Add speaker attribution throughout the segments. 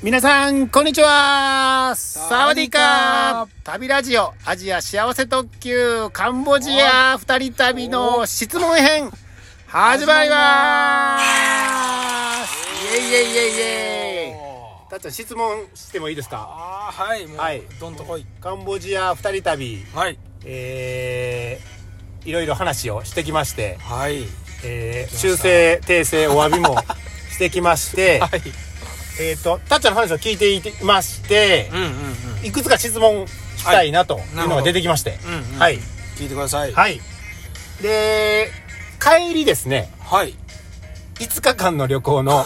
Speaker 1: 皆さん、こんにちはサ
Speaker 2: サ
Speaker 1: ワ
Speaker 2: ワ
Speaker 1: デ
Speaker 2: デ
Speaker 1: ィー
Speaker 2: ィー
Speaker 1: カ
Speaker 2: カ
Speaker 1: ー旅ラジオ、アジア幸せ特急、カンボジア二人旅の質問編、始まりますイェイイェイイェイイェイたっちゃん、質問してもいいですか
Speaker 2: ああはいもう、
Speaker 1: はい
Speaker 2: どんとこい
Speaker 1: カンボジア二人旅、
Speaker 2: はい
Speaker 1: えー、いろいろ話をしてきまして、
Speaker 2: はい
Speaker 1: えー、修正、訂正、お詫びもしてきま して、
Speaker 2: はい
Speaker 1: えっと、たっちゃんの話を聞いていまして
Speaker 2: う、んうんうん
Speaker 1: いくつか質問したいなというのが出てきまして、
Speaker 2: なるほど
Speaker 1: はい、
Speaker 2: 聞いてください
Speaker 1: はい。で、帰りですね、
Speaker 2: はい
Speaker 1: 5日間の旅行 の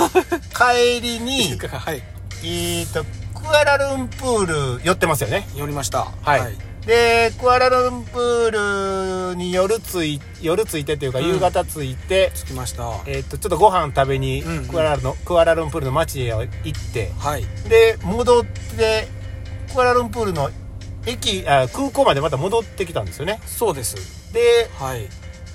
Speaker 1: 帰り
Speaker 2: い
Speaker 1: に
Speaker 2: い、かはい
Speaker 1: えっと、クアラルンプール寄ってますよね。
Speaker 2: 寄りました
Speaker 1: はい。で、クアラルンプールに夜つい、夜ついてというか、
Speaker 2: うん
Speaker 1: 夕方ついて、
Speaker 2: 着きましたは
Speaker 1: えっと、ちょっとご飯食べに
Speaker 2: うんうん
Speaker 1: クアラルの、クアラルンプールの街へ行って、
Speaker 2: い
Speaker 1: で戻ってクアラルンプールの駅あ空港までまた戻ってきたんですよね
Speaker 2: そうです
Speaker 1: で
Speaker 2: はい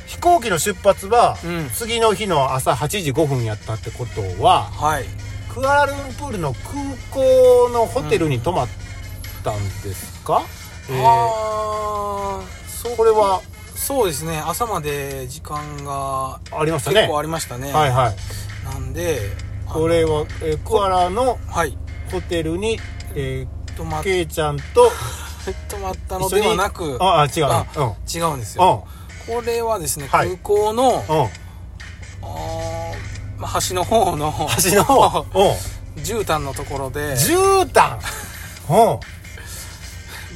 Speaker 1: 飛行機の出発は、
Speaker 2: うん
Speaker 1: 次の日の朝8時5分やったってことは
Speaker 2: はい
Speaker 1: クアラルンプールの空港のホテルに泊まったんですか、えー
Speaker 2: あーそう
Speaker 1: これは
Speaker 2: そうですね朝まで時間が
Speaker 1: ありました
Speaker 2: 結
Speaker 1: ね
Speaker 2: 構ありましたね
Speaker 1: はいはい
Speaker 2: なんであの
Speaker 1: これは、えークアラの
Speaker 2: はい
Speaker 1: ホテルに、え
Speaker 2: 泊ま
Speaker 1: ー、
Speaker 2: っ
Speaker 1: ケイちゃんと
Speaker 2: 泊まったの
Speaker 1: 一緒
Speaker 2: で
Speaker 1: に
Speaker 2: はなく
Speaker 1: ああ違う
Speaker 2: あ
Speaker 1: うん
Speaker 2: 違うんです
Speaker 1: うん
Speaker 2: よこれはですね
Speaker 1: はい
Speaker 2: 空港の
Speaker 1: うん
Speaker 2: あーまあ橋の方の
Speaker 1: 橋の方うん
Speaker 2: 絨毯のところで、
Speaker 1: 絨毯うん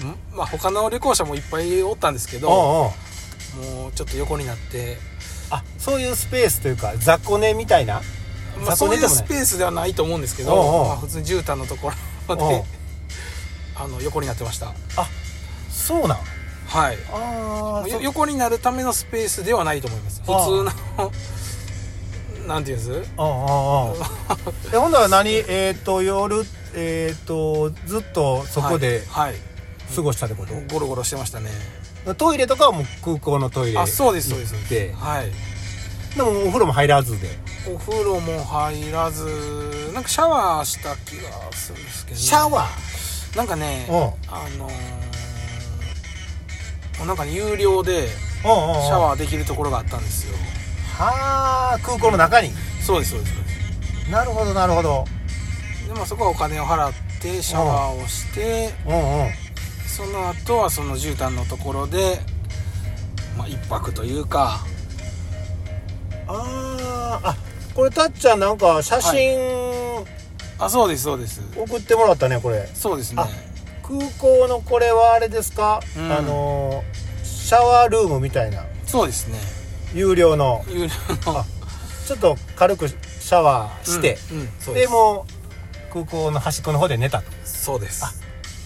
Speaker 2: んまあ、他の旅行者もいっぱいおったんですけど
Speaker 1: お
Speaker 2: も
Speaker 1: うおう
Speaker 2: うちょっと横になって、
Speaker 1: あそういうスペースというか雑魚寝みたいな
Speaker 2: まあ、
Speaker 1: 雑
Speaker 2: そ
Speaker 1: 魚
Speaker 2: う
Speaker 1: 寝
Speaker 2: い
Speaker 1: でも
Speaker 2: う
Speaker 1: な
Speaker 2: ス
Speaker 1: い
Speaker 2: ペースではないと思うんですけど
Speaker 1: おうおう
Speaker 2: まあ、普通に絨毯のところ
Speaker 1: おう
Speaker 2: であの横になってました
Speaker 1: そうなん
Speaker 2: はい
Speaker 1: あ
Speaker 2: よ横になるためのスペースではないと思います普
Speaker 1: ああ
Speaker 2: 通のなんていうんです
Speaker 1: あ ああほんなら何えっ、と夜えっ、とずっとそこで
Speaker 2: はい、はい
Speaker 1: 過ごしたってこと、
Speaker 2: ゴロゴロしてましたね
Speaker 1: トイレとかはもう空港のトイレ
Speaker 2: あそうですそうです
Speaker 1: 行って
Speaker 2: はい
Speaker 1: でもお風呂も入らずで
Speaker 2: お風呂も入らずなんかシャワーした気がするんですけど、ね、
Speaker 1: シャワ
Speaker 2: なんかね
Speaker 1: ーうん
Speaker 2: あのー、なんかね有料で
Speaker 1: うんうんうん
Speaker 2: シャワーできるところがあったんですよ
Speaker 1: はあ空港の中に
Speaker 2: そうですそうですそうで
Speaker 1: なるほどなるほど
Speaker 2: すでまあそこはお金を払ってシャワーをして
Speaker 1: うんうん
Speaker 2: その後はその絨毯のところで、まあ、一泊というか
Speaker 1: あーあこれたっちゃんなんか写真
Speaker 2: あそうですそうです
Speaker 1: 送ってもらったねこれ、
Speaker 2: そうですね
Speaker 1: あ空港のこれはあれですか、
Speaker 2: うん
Speaker 1: あのーシャワールームみたいな
Speaker 2: そうですね
Speaker 1: 有料の
Speaker 2: 有料の
Speaker 1: あちょっと軽くシャワーして、
Speaker 2: うん、うんそうで
Speaker 1: ですもう空港の端っこの方で寝たと
Speaker 2: そうです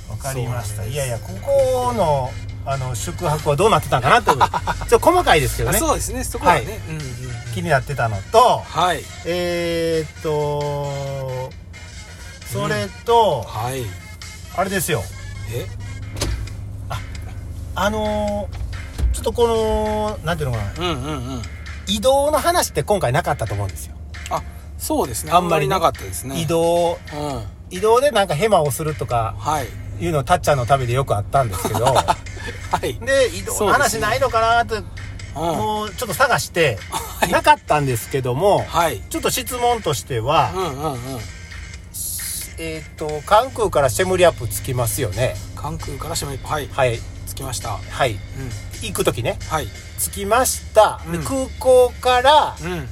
Speaker 1: わ
Speaker 2: かりました
Speaker 1: いやいやここのあの宿泊はどうなってたんかなって いうちょっと細かいですけど
Speaker 2: あ
Speaker 1: ね
Speaker 2: そうですねそこはね、
Speaker 1: は
Speaker 2: うんうん
Speaker 1: 気になってたのと
Speaker 2: はい
Speaker 1: えー、っとそれと、
Speaker 2: はい
Speaker 1: あれですよ
Speaker 2: え
Speaker 1: あのーちょっとこのなんていうのかな
Speaker 2: うんうんうん
Speaker 1: 移動の話って今回なかったと思うんですよ、
Speaker 2: あそうですね
Speaker 1: あ
Speaker 2: あ
Speaker 1: ん
Speaker 2: ん
Speaker 1: ま
Speaker 2: ま
Speaker 1: り
Speaker 2: り
Speaker 1: ね
Speaker 2: なかったですね
Speaker 1: 移動
Speaker 2: うん
Speaker 1: 移動でなんかヘマをするとか
Speaker 2: はい
Speaker 1: いうのたっちゃんの旅でよくあったんですけ ど
Speaker 2: はい、
Speaker 1: で移動の話ないのかなと、
Speaker 2: うん、
Speaker 1: もうちょっと探して、なかったんですけども、
Speaker 2: はい
Speaker 1: ちょっと質問としては、
Speaker 2: うんうんうん
Speaker 1: えっ、と関空からシェムリアップ着きますよね
Speaker 2: 関空から島一歩はい
Speaker 1: はい
Speaker 2: 着きました
Speaker 1: はい
Speaker 2: うん
Speaker 1: 行く時ね
Speaker 2: はい
Speaker 1: 着きました、で
Speaker 2: うん
Speaker 1: 空港から、
Speaker 2: うん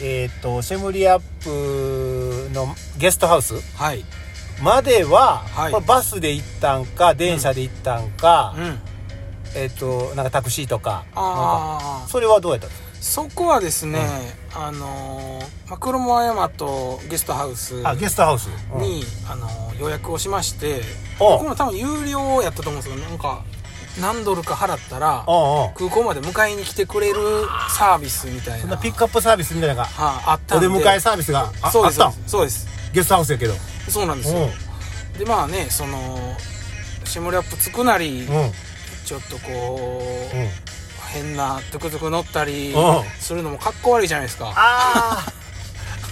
Speaker 1: えっとシェムリアップのゲストハウス
Speaker 2: はい
Speaker 1: までは、
Speaker 2: はい
Speaker 1: これバスで行ったんか電車で行ったんか、
Speaker 2: うん
Speaker 1: えっ、となんかタクシーとかなんか
Speaker 2: ああ
Speaker 1: それはどうやったんですか
Speaker 2: そこはですね、あのーまあ、黒山山とゲストハウス
Speaker 1: あゲストハウス
Speaker 2: に、あのー予約をしまして
Speaker 1: おう
Speaker 2: これも多分有料やったと思うんですけどなんか何ドルか払ったら
Speaker 1: おうおう
Speaker 2: 空港まで迎えに来てくれるサービスみたい
Speaker 1: そん
Speaker 2: な
Speaker 1: なピックアップサービスみたいなのが
Speaker 2: はいあった
Speaker 1: お
Speaker 2: んで
Speaker 1: 出迎えサービスがあ
Speaker 2: そう
Speaker 1: あ
Speaker 2: で
Speaker 1: っ
Speaker 2: す
Speaker 1: たん
Speaker 2: そうです
Speaker 1: ゲストハウスやけど
Speaker 2: そうなん
Speaker 1: う
Speaker 2: です
Speaker 1: ん
Speaker 2: よでまあねそのシムラップつくな
Speaker 1: う
Speaker 2: り
Speaker 1: ん
Speaker 2: ちょっとこう、
Speaker 1: うん
Speaker 2: 変なトゥクトゥク乗ったり
Speaker 1: うん
Speaker 2: す るのもかっこ悪いじゃないですか
Speaker 1: あ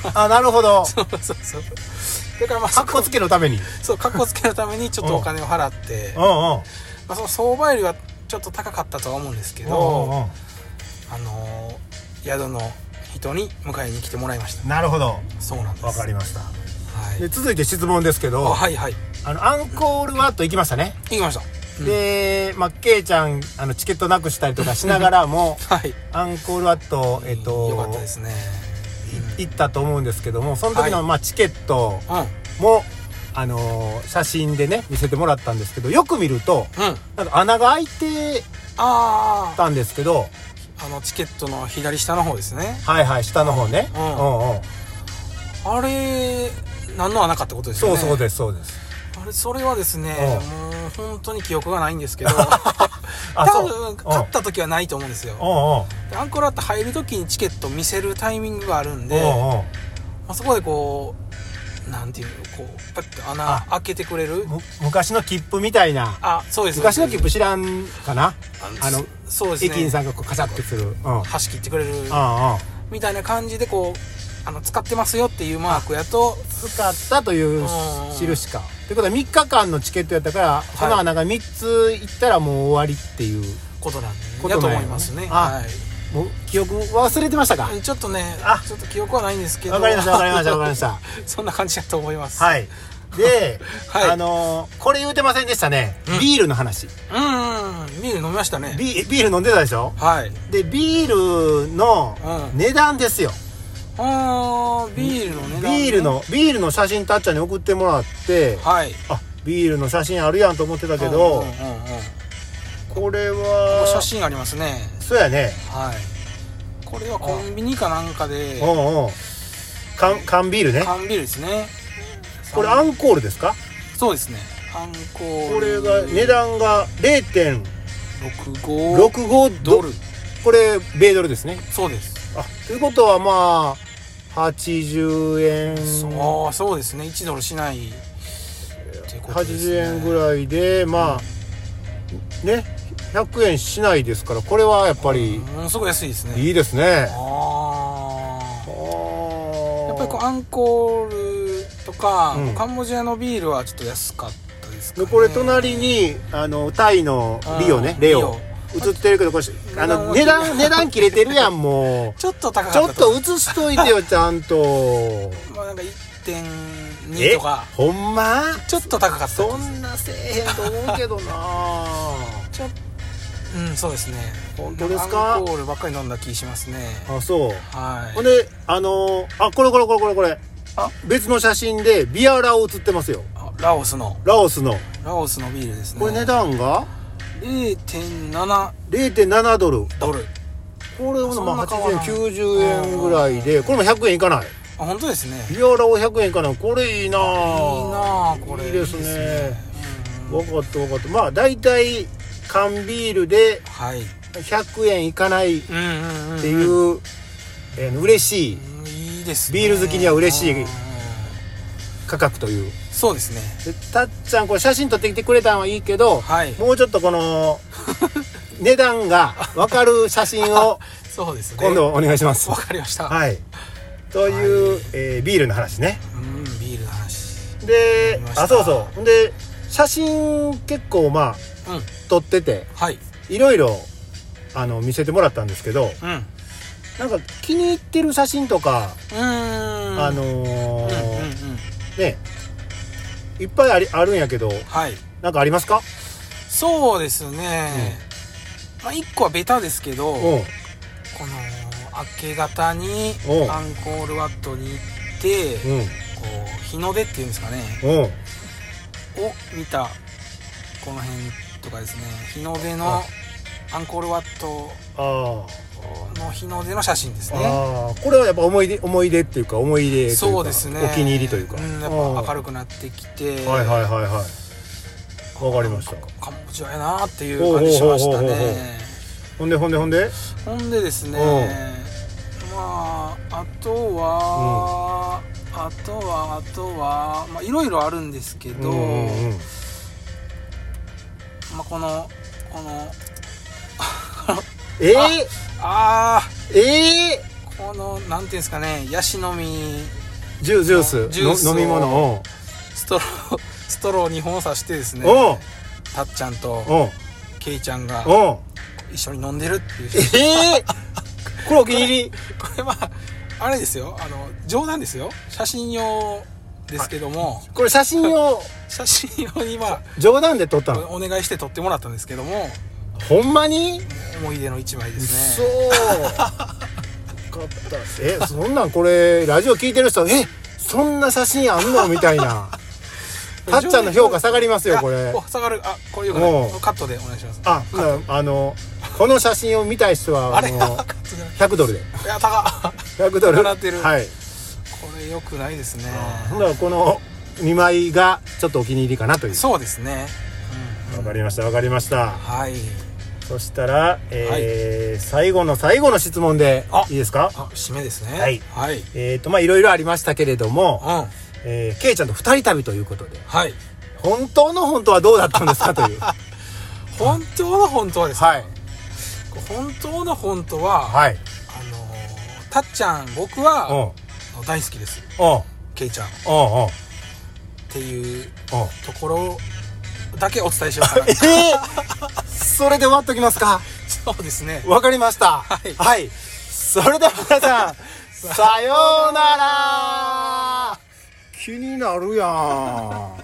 Speaker 1: ーあなるほど
Speaker 2: そうそうそうだからまあ
Speaker 1: かっこつけのために
Speaker 2: そうかっこつけるためにちょっとお金を払って、
Speaker 1: う
Speaker 2: ま
Speaker 1: んうん
Speaker 2: あ、その相場よりはちょっと高かったとは思うんですけ
Speaker 1: うんうん
Speaker 2: ど、あのー宿の人に迎えに来てもらいました
Speaker 1: うんなるほど
Speaker 2: そうなんです
Speaker 1: わかりました
Speaker 2: はい
Speaker 1: で続いて質問ですけ
Speaker 2: あ
Speaker 1: ど
Speaker 2: はいはい
Speaker 1: あのアンコールワット行きましたね
Speaker 2: 行きました、うん
Speaker 1: で、まあ、ケイちゃんあのチケットなくしたりとかしながらも
Speaker 2: はい
Speaker 1: アンコールワット、えっと
Speaker 2: よかったですね
Speaker 1: 行ったと思うんですけどもその時の、
Speaker 2: はい
Speaker 1: まあ、チケット
Speaker 2: うんうん
Speaker 1: も、あのー写真でね見せてもらったんですけどよく見ると
Speaker 2: あ
Speaker 1: なんか穴が開いて
Speaker 2: あ
Speaker 1: たんですけど
Speaker 2: あのチケットの左下の方ですね
Speaker 1: はいはい下の方ね、
Speaker 2: う
Speaker 1: うんんうん
Speaker 2: あれ何の穴かってことですよ
Speaker 1: そうそ
Speaker 2: ね
Speaker 1: う
Speaker 2: す
Speaker 1: ですそうです
Speaker 2: あれそれはですね
Speaker 1: う
Speaker 2: もう本当に記憶がないんですけど
Speaker 1: あ
Speaker 2: 多
Speaker 1: そう
Speaker 2: 分
Speaker 1: うん
Speaker 2: 勝った時はないと思うんですよ
Speaker 1: う
Speaker 2: でアンコールアット入る時にチケット見せるタイミングがあるんで、
Speaker 1: んうんうんうん
Speaker 2: まあ、そこでこうなんていうのこうパッと穴
Speaker 1: あ
Speaker 2: 開けてくれる
Speaker 1: む昔の切符みたいな
Speaker 2: あそうです
Speaker 1: 昔の切符
Speaker 2: し
Speaker 1: 知らんかなあの
Speaker 2: そうですね
Speaker 1: 駅員さんがこうカチャってするうんうんうん
Speaker 2: 端切ってくれる
Speaker 1: 使
Speaker 2: みたいな感じでこうあの使ってますよっていうマークやと
Speaker 1: ったという印かってことは3日間のチケットやったからその穴が3つ行ったらもう終わりっていう
Speaker 2: ことなん
Speaker 1: ことなん
Speaker 2: だと
Speaker 1: やね
Speaker 2: 思いますね
Speaker 1: あ
Speaker 2: はい
Speaker 1: もう記憶忘れてましたか
Speaker 2: ちょっとね
Speaker 1: あ
Speaker 2: ちょっと記憶はないんですけど
Speaker 1: わかりましたわかりました わかりました
Speaker 2: そんな感じだと思います
Speaker 1: はい で、
Speaker 2: はい
Speaker 1: あのーこれ言うてませんでしたね、ビールの話
Speaker 2: うんうんビール飲みましたね
Speaker 1: ビビール飲んでたでしょ
Speaker 2: はい
Speaker 1: でビールの
Speaker 2: うん
Speaker 1: 値段ですよ、
Speaker 2: あービールの値段ね
Speaker 1: ビールのビールの写真たっちゃんに送ってもらって
Speaker 2: はい
Speaker 1: あビールの写真あるやんと思ってたけど、
Speaker 2: うんうんうんうん
Speaker 1: これ
Speaker 2: こ
Speaker 1: は
Speaker 2: う写真ありますね
Speaker 1: そうやね
Speaker 2: はいこれはコンビニかなんかで
Speaker 1: うんうん缶缶ビールね
Speaker 2: 缶ビールですね
Speaker 1: これアンコールですか
Speaker 2: そうですねアンコー
Speaker 1: これ
Speaker 2: ル
Speaker 1: が値段が
Speaker 2: 65
Speaker 1: 0.65
Speaker 2: ド
Speaker 1: ド
Speaker 2: ル
Speaker 1: ルこれ米ドルですね
Speaker 2: そうです
Speaker 1: あということはまあ80円
Speaker 2: そうそうですね1ドルしないっていうことです、ね、
Speaker 1: 80円ぐらいでまあね100円しないですからこれはやっぱり
Speaker 2: ものすごい安いですね
Speaker 1: いいですね
Speaker 2: ああ
Speaker 1: あー
Speaker 2: やっぱりこうアンコールとか、
Speaker 1: うん
Speaker 2: カンボジアのビールはちょっと安かったですか、
Speaker 1: で
Speaker 2: ね、
Speaker 1: これ隣にあのタイのリオね
Speaker 2: うん
Speaker 1: レ
Speaker 2: リ
Speaker 1: オ
Speaker 2: オ
Speaker 1: 映ってるけどこれあの
Speaker 2: 値
Speaker 1: 値
Speaker 2: 段
Speaker 1: 段値段切れてるやんも
Speaker 2: ちょっと高かっ
Speaker 1: う
Speaker 2: た
Speaker 1: ちょっ
Speaker 2: 思
Speaker 1: と
Speaker 2: う
Speaker 1: 映しといてよちゃんと
Speaker 2: まあなんか1.2
Speaker 1: え
Speaker 2: とか
Speaker 1: ほんま
Speaker 2: ちょっと高かった
Speaker 1: そんなせえへんと思うけど な
Speaker 2: ちょうんそうですね
Speaker 1: 本当ですか
Speaker 2: アンコールばっかり飲んだ気しますね
Speaker 1: あそう
Speaker 2: はい
Speaker 1: ほんであのーあこれこれこれこれこれ
Speaker 2: あ
Speaker 1: 別の写真でビアラを写ってますよ
Speaker 2: あラオスの
Speaker 1: ラオスの
Speaker 2: ラオスのビールですね
Speaker 1: これ値段が
Speaker 2: 0.7
Speaker 1: 0.7ドル
Speaker 2: ドル
Speaker 1: これを
Speaker 2: そん
Speaker 1: ま
Speaker 2: な
Speaker 1: あ
Speaker 2: 変わらん
Speaker 1: 80円90円ぐらいでこれも100円いかない
Speaker 2: あ本当ですねいい
Speaker 1: ビオラを100円かなこれいいなぁ
Speaker 2: なあこれ
Speaker 1: いいですね
Speaker 2: うん
Speaker 1: 分かった分かったまあ大体缶ビールで
Speaker 2: はい
Speaker 1: 100円いかないっ
Speaker 2: うんうんうん
Speaker 1: ていう、えー嬉しい
Speaker 2: うんいいですね
Speaker 1: ビール好きには嬉しい
Speaker 2: うん
Speaker 1: 価格という
Speaker 2: そうですね
Speaker 1: でたっちゃんこれ写真撮ってきてくれたんはいいけど、
Speaker 2: はい
Speaker 1: もうちょっとこの値段が分かる写真 を
Speaker 2: そうですね
Speaker 1: 今度お願いします
Speaker 2: わかりました
Speaker 1: はいという、えービールの話ね
Speaker 2: うんビールの話
Speaker 1: で
Speaker 2: わかりました
Speaker 1: あそうそうで写真結構まあ
Speaker 2: うん
Speaker 1: 撮ってて
Speaker 2: はい
Speaker 1: いろいろあの見せてもらったんですけど
Speaker 2: うんう
Speaker 1: なんか気に入ってる写真とか、
Speaker 2: ーん
Speaker 1: あの
Speaker 2: うんうん
Speaker 1: ー
Speaker 2: うん
Speaker 1: ねいっぱいありあるんやけど
Speaker 2: はい
Speaker 1: なんかありますか
Speaker 2: そうですねまあ一個はベタですけど
Speaker 1: うん
Speaker 2: この明け方に
Speaker 1: うん
Speaker 2: アンコールワットに行って
Speaker 1: うん
Speaker 2: こう日の出っていうんですかね
Speaker 1: うん
Speaker 2: を見たこの辺とかですね日の出のアンコールワット
Speaker 1: あ
Speaker 2: の日の出の写真です
Speaker 1: ー、
Speaker 2: ね
Speaker 1: あーこれはやっぱ思い出思い出っていうか思い出というか
Speaker 2: そうですね
Speaker 1: お気に入りというか、
Speaker 2: んやっぱ明
Speaker 1: る
Speaker 2: るくなってきて
Speaker 1: はいはいはいはいわかりました
Speaker 2: カンボジアやなっていう感じしました
Speaker 1: ほうほうほうほう
Speaker 2: ね
Speaker 1: ほんでほんでほんで
Speaker 2: ほんでですねまああとは、あとはあとはまあいろいろあるんですけど、
Speaker 1: うんうんうん
Speaker 2: まあ、このこの
Speaker 1: えー、
Speaker 2: あ
Speaker 1: えー
Speaker 2: ーこのなんていうんですかねヤシの実
Speaker 1: ジュジュース
Speaker 2: ジュースを
Speaker 1: の飲み物を
Speaker 2: ストローストロー2本を刺してですね
Speaker 1: おう
Speaker 2: たっちゃんと
Speaker 1: おう
Speaker 2: ケイちゃんが
Speaker 1: おう
Speaker 2: 一緒に飲んでるっていう
Speaker 1: ええこれお気に入り
Speaker 2: これはあれですよあの冗談ですよ写真用ですけども
Speaker 1: これ写真を
Speaker 2: 写真用にま
Speaker 1: 冗談で撮った
Speaker 2: あ
Speaker 1: の
Speaker 2: お願いして撮ってもらったんですけども
Speaker 1: ほんまに
Speaker 2: 思い出の一枚で
Speaker 1: う
Speaker 2: す
Speaker 1: そ
Speaker 2: ね
Speaker 1: 買ったえそんなんこれラジオ聞いてる人えそんな写真あんのみたい なたっちゃんの評価下がりますよこれ
Speaker 2: あお下がるあこれよくない
Speaker 1: おう
Speaker 2: カットでお願いします
Speaker 1: ああのこの写真を見たい人は
Speaker 2: あ
Speaker 1: あ
Speaker 2: れ
Speaker 1: の
Speaker 2: カットじゃない
Speaker 1: 100ドルで
Speaker 2: いや高っ
Speaker 1: 100ドル
Speaker 2: 払ってる
Speaker 1: はい
Speaker 2: これよくないですね
Speaker 1: ほんならこの2枚がちょっとお気に入りかなという
Speaker 2: そうですねうん
Speaker 1: わかりましたわかりました
Speaker 2: はい
Speaker 1: そしたら、えー最後の最後の質問で
Speaker 2: あ
Speaker 1: いいですか
Speaker 2: あ締めですね
Speaker 1: はい
Speaker 2: はいうん
Speaker 1: えっ、とまあいろいろありましたけれども、
Speaker 2: は
Speaker 1: えー、ケイちゃんと二人旅ということで
Speaker 2: い
Speaker 1: 本当の本当はどうだったんですか という
Speaker 2: 本当の本当はですね
Speaker 1: はい
Speaker 2: 本当の本当は
Speaker 1: はい
Speaker 2: あのーたっちゃん僕
Speaker 1: うんうん
Speaker 2: は大好きです
Speaker 1: うん
Speaker 2: ケイちゃんっ
Speaker 1: うん
Speaker 2: ていう
Speaker 1: うん
Speaker 2: ところだけお伝えしようかな
Speaker 1: えー、それで終わっときますか
Speaker 2: そうですね
Speaker 1: わかりましたはいそれでは皆さんさようなら気になるやん